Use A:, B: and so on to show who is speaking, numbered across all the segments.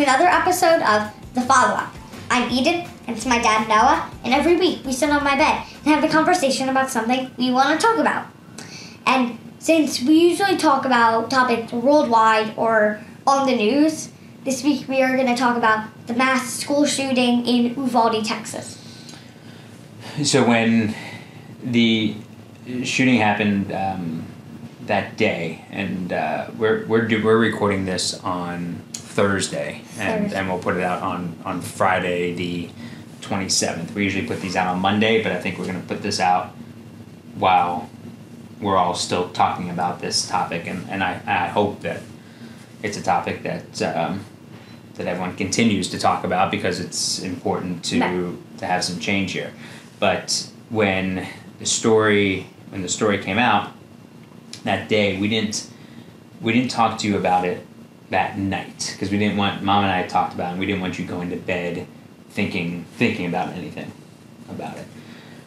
A: episode of The Follow Up. I'm Eden, and it's my dad Noah, and every week we sit on my bed and have a conversation about something we want to talk about. And since we usually talk about topics worldwide or on the news, this week we are going to talk about the mass school shooting in Uvalde, Texas.
B: So when the shooting happened um, that day, and uh, we're we're do, we're recording this on Thursday, and
A: Thursday.
B: and we'll put it out on on Friday the twenty seventh. We usually put these out on Monday, but I think we're gonna put this out while we're all still talking about this topic, and and I I hope that it's a topic that. Um, that everyone continues to talk about because it's important to
A: Right.
B: to have some change here. But when the story when the story came out that day, we didn't we didn't talk to you about it that night because we didn't want mom and I talked about it. and We didn't want you going to bed thinking thinking about anything about it.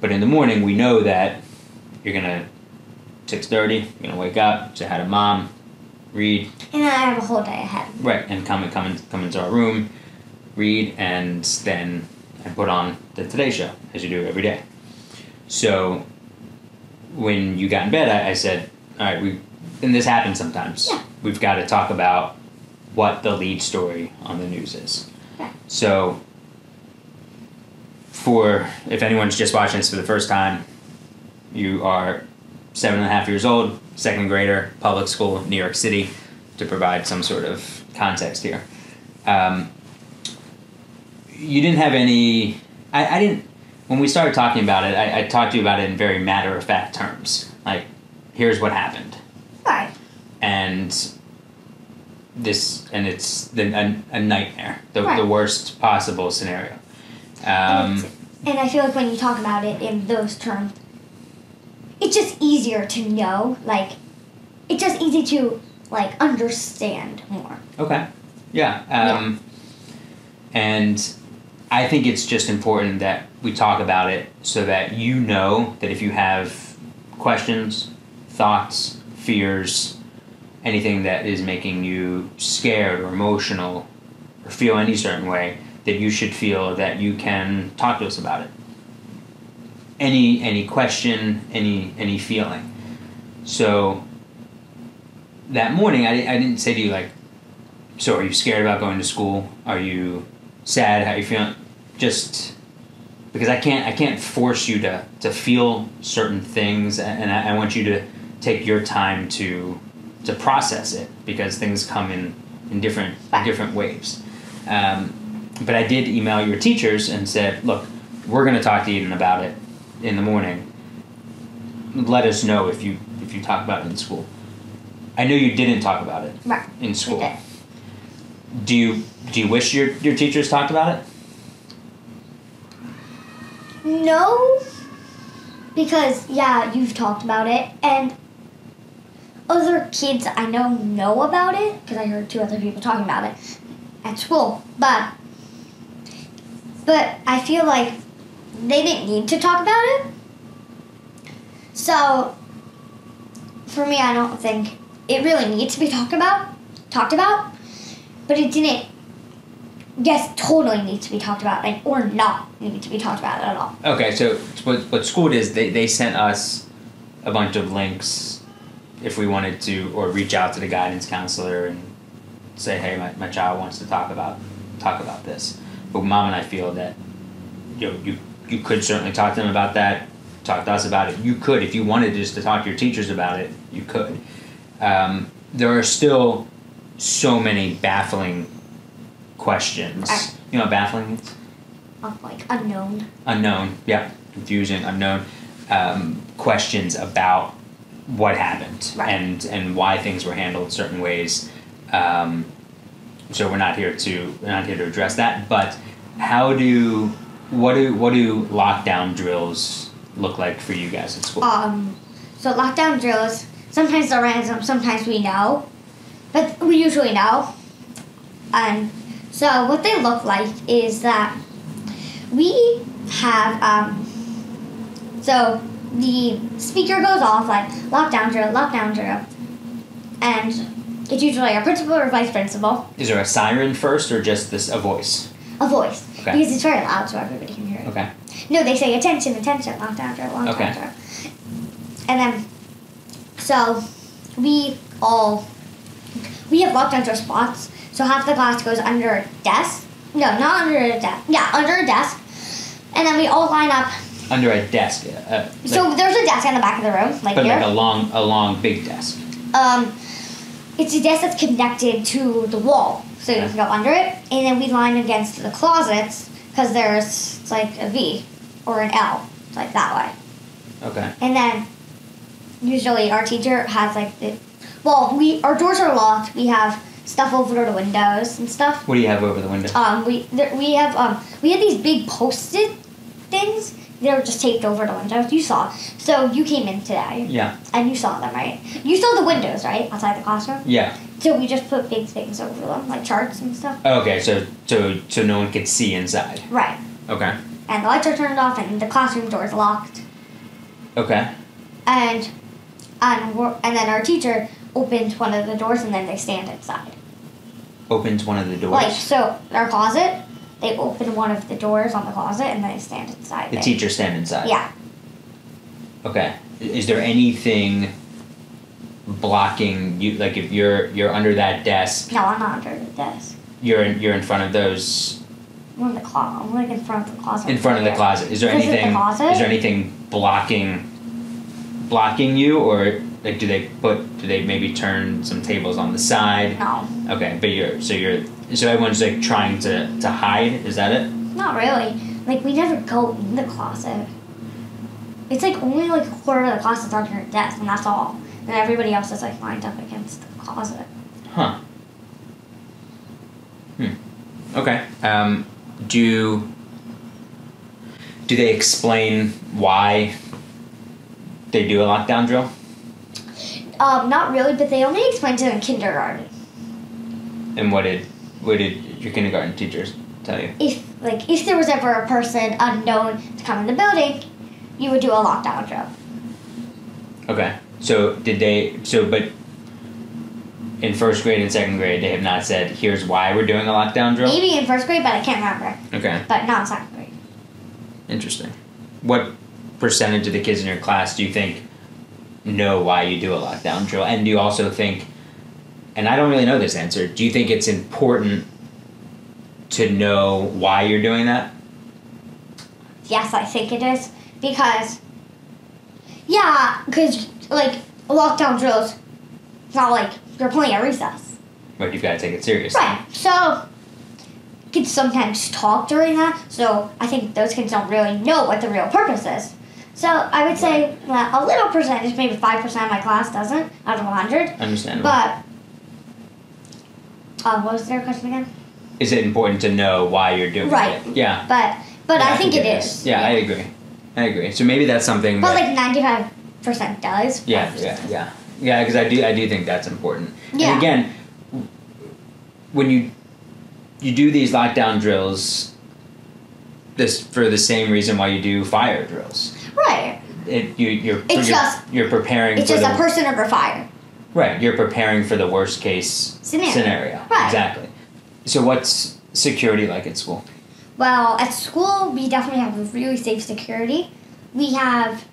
B: But in the morning, we know that you're gonna six thirty. You're gonna wake up, say hi to mom, read,
A: And I have a whole day ahead.
B: Right, and come and come and come into our room, read, and then I put on the Today Show as you do every day. So when you got in bed, I, I said, "All right, we." And this happens sometimes.
A: Yeah.
B: We've got to talk about what the lead story on the news is.
A: Right.
B: So, for if anyone's just watching this for the first time, you are seven and a half years old, second grader, public school, New York City, to provide some sort of context here. Um, you didn't have any. I, I didn't. When we started talking about it, I, I talked to you about it in very matter of fact terms. Like, here's what happened
A: Right.
B: and this and it's the, a, a nightmare the,
A: Right.
B: the worst possible scenario
A: And
B: um,
A: it's- and I feel like when you talk about it in those terms, it's just easier to know. Like, it's just easy to like understand more.
B: okay yeah um, and i think it's just important that we talk about it so that you know that if you have questions thoughts fears anything that is making you scared or emotional or feel any certain way that you should feel that you can talk to us about it any any question any any feeling so that morning I, di- I didn't say to you like so are you scared about going to school are you sad how you feeling just because i can't i can't force you to to feel certain things a- and i, I want you to take your time to to process it because things come in in different in different waves um, but i did email your teachers and said look we're going to talk to eden about it in the morning let us know if you if you talk about it in school i know you didn't talk about it
A: Right.
B: in school
A: Okay.
B: do you do you wish your, your teachers talked about it?
A: No, because yeah, you've talked about it, and other kids I know know about it because I heard two other people talking about it at school. But but I feel like they didn't need to talk about it. So for me, I don't think it really needs to be talked about. Talked about, but it didn't. Yes, totally needs to be talked about, like or not need to be talked about at all.
B: Okay, so what what school did is they, they sent us a bunch of links if we wanted to or reach out to the guidance counselor and say, Hey, my, my child wants to talk about talk about this. But mom and I feel that you know, you you could certainly talk to them about that, talk to us about it. You could if you wanted just to talk to your teachers about it, you could. Um, there are still so many baffling questions.
A: Right.
B: You know what baffling is?
A: of like unknown.
B: unknown yeah confusion unknown um, questions about what happened
A: Right.
B: and and why things were handled certain ways um, so we're not here to we're not here to address that but how do what do what do lockdown drills look like for you guys at school
A: Um, so lockdown drills. Sometimes they're random. Sometimes we know, but we usually know. And so what they look like is that we have um, so the speaker goes off like lockdown drill, lockdown drill, and It's usually a principal or vice principal,
B: Is there a siren first or just this a voice?
A: a voice,
B: Okay.
A: because it's very loud, so everybody can hear it.
B: Okay.
A: No, they say attention, attention, long time, drill, long
B: Okay.
A: time, drill. And then, so we all we have locked onto our spots. So half the class goes under a desk. No, not under a desk. Yeah, under a desk. And then we all line up.
B: Under a desk. Uh, like-
A: So there's a desk in the back of the room, like
B: but
A: here.
B: like a long, a long big desk.
A: um, it's a desk that's connected to the wall, so you
B: Okay.
A: can go under it. And then we line against the closets because there's it's like a V or an L, it's like that way.
B: Okay.
A: And then usually our teacher has like the well, we our doors are locked. We have stuff over the windows and stuff.
B: What do you have over the window?
A: Um, we there, we have um we had these big post-it things. They were just taped over the windows. You saw. So you came in today
B: yeah.
A: and you saw them, right? You saw the windows, right, outside the classroom.
B: Yeah.
A: So we just put big things over them, like charts and stuff.
B: Okay. So, so, so no one could see inside.
A: Right.
B: Okay.
A: And the lights are turned off, and the classroom door is locked.
B: Okay.
A: And and we're, and then our teacher opens one of the doors, and then they stand inside.
B: Opens one of the doors.
A: Like so, our closet. They open one of the doors on the closet, and then they stand inside.
B: the
A: it.
B: teacher stand inside.
A: Yeah.
B: Okay. I- Is there anything blocking you? Like if you're you're under that desk,
A: No, I'm not under the desk.
B: you're in, you're in front of those
A: I'm in the closet. I'm like in front of the closet.
B: in front of the closet. Is there
A: Is it the
B: anything?
A: closet?
B: Is there anything blocking blocking you or like do they put do they maybe turn some tables on the side?
A: No,
B: Okay, but you're so you're so everyone's like trying to to hide. Is that it?
A: not really. Like we never go in the closet. It's like only like a quarter of the closet's under the desk, and that's all. And everybody else is like lined up against the closet.
B: Huh. Hmm. Okay. Um, do do they explain why they do a lockdown drill?
A: Um, not really, but they only explained it in kindergarten.
B: And what did what did your kindergarten teachers tell you?
A: if like if there was ever a person unknown to come in the building, you would do a lockdown drill.
B: Okay. So did they? So but in first grade and second grade, they have not said here's why we're doing a lockdown drill.
A: Maybe in first grade, but I can't remember.
B: Okay.
A: But not in second grade.
B: Interesting. What percentage of the kids in your class do you think know why you do a lockdown drill? And do you also think, and I don't really know this answer, do you think it's important to know why you're doing that?
A: Yes, I think it is because yeah, because like lockdown drills, it's not like you're playing at recess,
B: Right, you've got to take it seriously.
A: right? So kids sometimes talk during that. So I think those kids don't really know what the real purpose is. So I would say that a little percentage, maybe five percent of my class doesn't out of hundred.
B: Understandable.
A: But uh, what was their question again?
B: Is it important to know why you're doing
A: Right.
B: it? Yeah.
A: But but
B: Yeah,
A: I, think, it is.
B: Yeah, I agree. I agree. So maybe that's something
A: But
B: that,
A: like ninety five percent does.
B: Yeah, yeah, yeah, yeah. Because I do, I do think that's important. And
A: Yeah.
B: again, w- when you you do these lockdown drills, this for the same reason why you do fire drills.
A: Right.
B: It you you're
A: It's
B: you're,
A: just-
B: you're preparing
A: It's
B: for
A: just
B: the
A: a person under fire.
B: right. You're preparing for the worst case
A: Scenario. Right.
B: Exactly. So what's security like at school?
A: Well, at school we definitely have really safe security. We have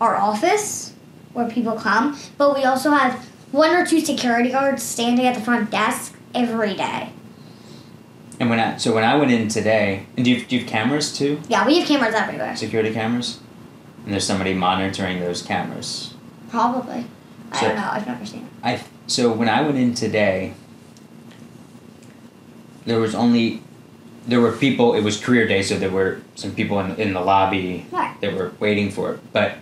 A: our office where people come, but we also have one or two security guards standing at the front desk every day.
B: And when I so when I went in today, and do you, do you have cameras too?
A: Yeah, we have cameras everywhere.
B: Security cameras. And there's somebody monitoring those cameras.
A: Probably. I
B: So-
A: don't know. I've never seen it.
B: I so when I went in today, there was only there were people. It was career day, so there were some people in in the lobby
A: Right.
B: that were waiting for it. But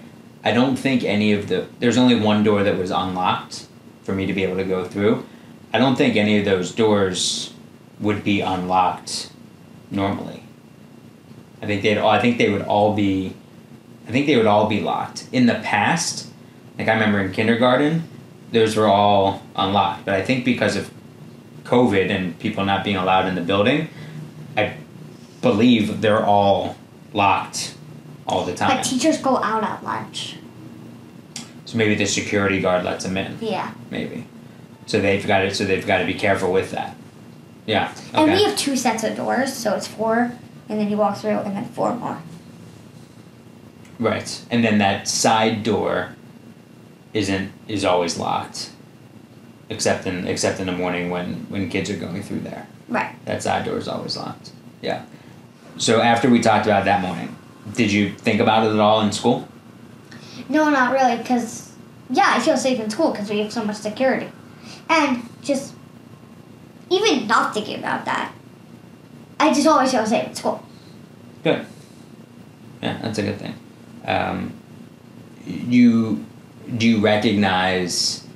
B: I don't think any of the there's only one door that was unlocked for me to be able to go through. I don't think any of those doors would be unlocked normally. I think they'd all, I think they would all be I think they would all be locked. In the past, like I remember in kindergarten, those were all unlocked. But I think because of COVID and people not being allowed in the building, I believe they're all locked all the time.
A: But teachers go out at lunch.
B: So maybe the security guard lets him in.
A: Yeah.
B: Maybe. So they've got to so they've got to be careful with that. Yeah.
A: And
B: Okay.
A: we have two sets of doors, so it's four, and then you walk through, and then four more.
B: right. And then that side door isn't is always locked. Except in except in the morning when when kids are going through there.
A: Right.
B: That side door is always locked. Yeah. So after we talked about it that morning, did you think about it at all in school?
A: No, not really, because, yeah, I feel safe in school because we have so much security. And just, even not thinking about that, I just always feel safe in school.
B: Good. Yeah, that's a good thing. Um, you do you recognize?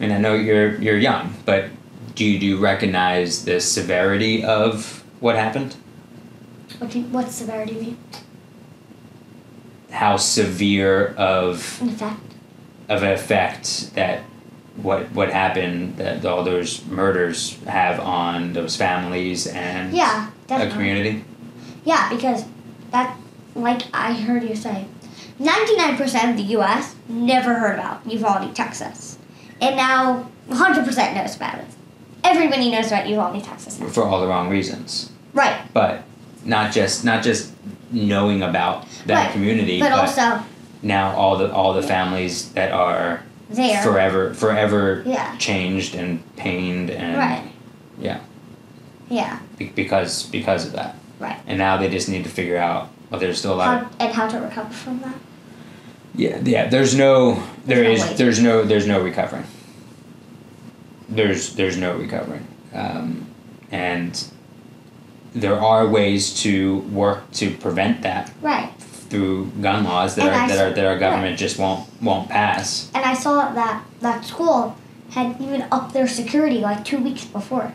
B: I mean, I know you're you're young, but do you, do you recognize the severity of what happened?
A: What do, what's severity mean?
B: How severe of
A: In fact,
B: of an effect that what what happened that all those murders have on those families and
A: yeah,
B: a
A: definitely.
B: community?
A: Yeah, because that, like I heard you say, 99% of the U.S. never heard about Uvalde, Texas. And now 100% knows about it. Everybody knows about Uvalde, Texas now.
B: for all the wrong reasons.
A: Right,
B: But not just not just knowing about that
A: Right.
B: community,
A: but also
B: now all the all the families that are
A: there.
B: forever forever
A: Yeah,
B: changed and pained and
A: right,
B: yeah
A: yeah,
B: be- because because of that.
A: Right.
B: And now they just need to figure out. Well, there's still a lot.
A: how,
B: Of,
A: and how to recover from that.
B: yeah, yeah. There's no. There
A: There's
B: is.
A: no way.
B: there's no. There's no recovering. There's there's no recovering, um, and there are ways to work to prevent that
A: Right,
B: through gun laws that
A: And
B: are,
A: I
B: that
A: s-
B: are that our government just won't won't pass.
A: and I saw that that school had even upped their security like two weeks before.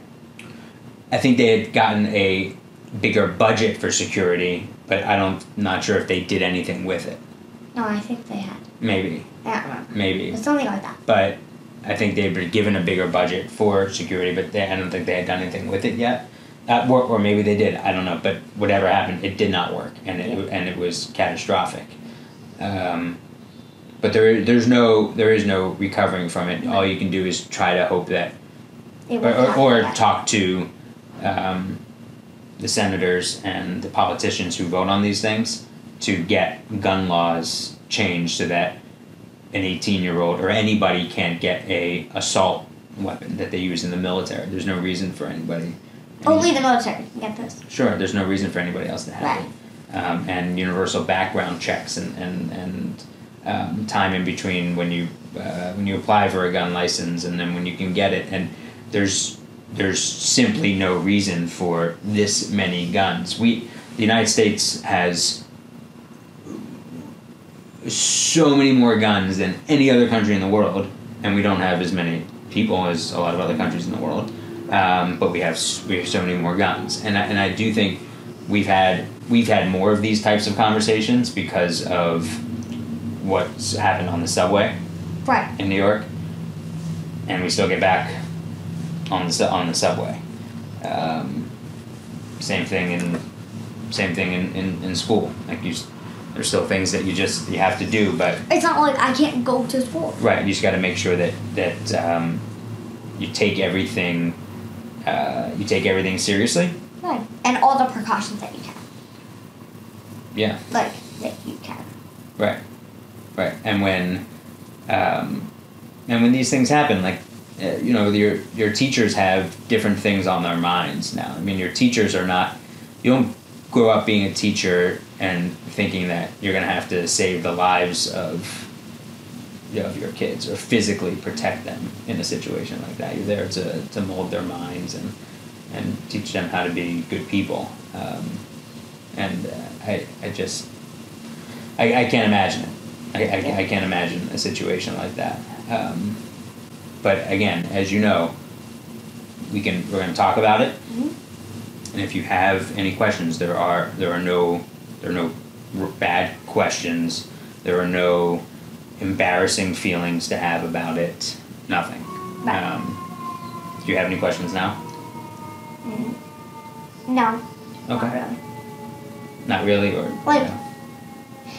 B: I think they had gotten a bigger budget for security, but I don't not sure if they did anything with it.
A: No, I think they had.
B: Maybe,
A: I don't remember.
B: maybe,
A: It's something like that.
B: but I think they were given a bigger budget for security, but they, I don't think they had done anything with it yet. Uh, or, or maybe they did. I don't know. But whatever happened, it did not work, and it and it was catastrophic. Um, but there, there's no, there is no recovering from it. All you can do is try to hope that
A: It
B: or,
A: was not
B: or, or
A: that.
B: talk to um, the senators and the politicians who vote on these things to get gun laws changed so that an 18 year old or anybody can't get a assault weapon that they use in the military there's no reason for anybody
A: Only Oh, the military can get those.
B: sure there's no reason for anybody else to have it um, and universal background checks and and, and um, time in between when you uh, when you apply for a gun license and then when you can get it and there's there's simply no reason for this many guns we the United States has so many more guns than any other country in the world, and we don't have as many people as a lot of other countries in the world. Um, but we have s- we have so many more guns, and I, and I do think we've had we've had more of these types of conversations because of what's happened on the subway
A: Right.
B: in New York, and we still get back on the su- on the subway. Um, same thing in same thing in, in, in school. Like you, s- there's still things that you just you have to do, but
A: It's not like I can't go to school.
B: right, you just got to make sure that that um, you take everything uh, you take everything seriously.
A: Right. And all the precautions that you can.
B: Yeah.
A: Like, that you can.
B: Right. Right. And when, um, and when these things happen, like, uh, you know, your your teachers have different things on their minds now. I mean, your teachers are not. You don't grow up being a teacher and thinking that you're gonna have to save the lives of. You know, of your kids or physically protect them in a situation like that. You're there to, to mold their minds and and teach them how to be good people. Um, and uh, I I just I, I can't imagine it. I, I, I can't imagine a situation like that. Um, but again, as you know, we can we're going to talk about it.
A: Mhm.
B: And if you have any questions, there are there are no there are no r- bad questions. There are no embarrassing feelings to have about it. Nothing.
A: Right.
B: Um, do you have any questions now?
A: Mm. No. Not
B: Okay.
A: really.
B: Not really, or
A: Like-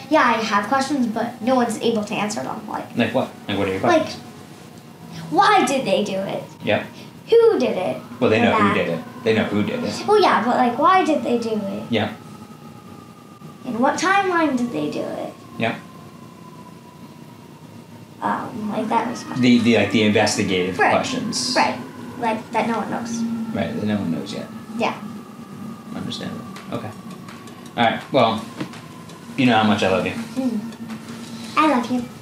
A: Yeah, I have questions, but no one's able to answer them. Like,
B: like what? Like what are your
A: like,
B: questions?
A: Why did they do it?
B: Yep.
A: Who did it?
B: Well, they
A: Or
B: know who
A: that.
B: did it. They know who did it.
A: Well, yeah, but like, why did they do it?
B: Yeah.
A: In what timeline did they do it?
B: Yeah.
A: Um, like that was my
B: The, the like the investigative
A: Right.
B: questions.
A: right. Like that, no one knows.
B: Right. That no one knows yet.
A: Yeah.
B: Understandable. Okay. All right. Well, you know how much I love you.
A: I love you.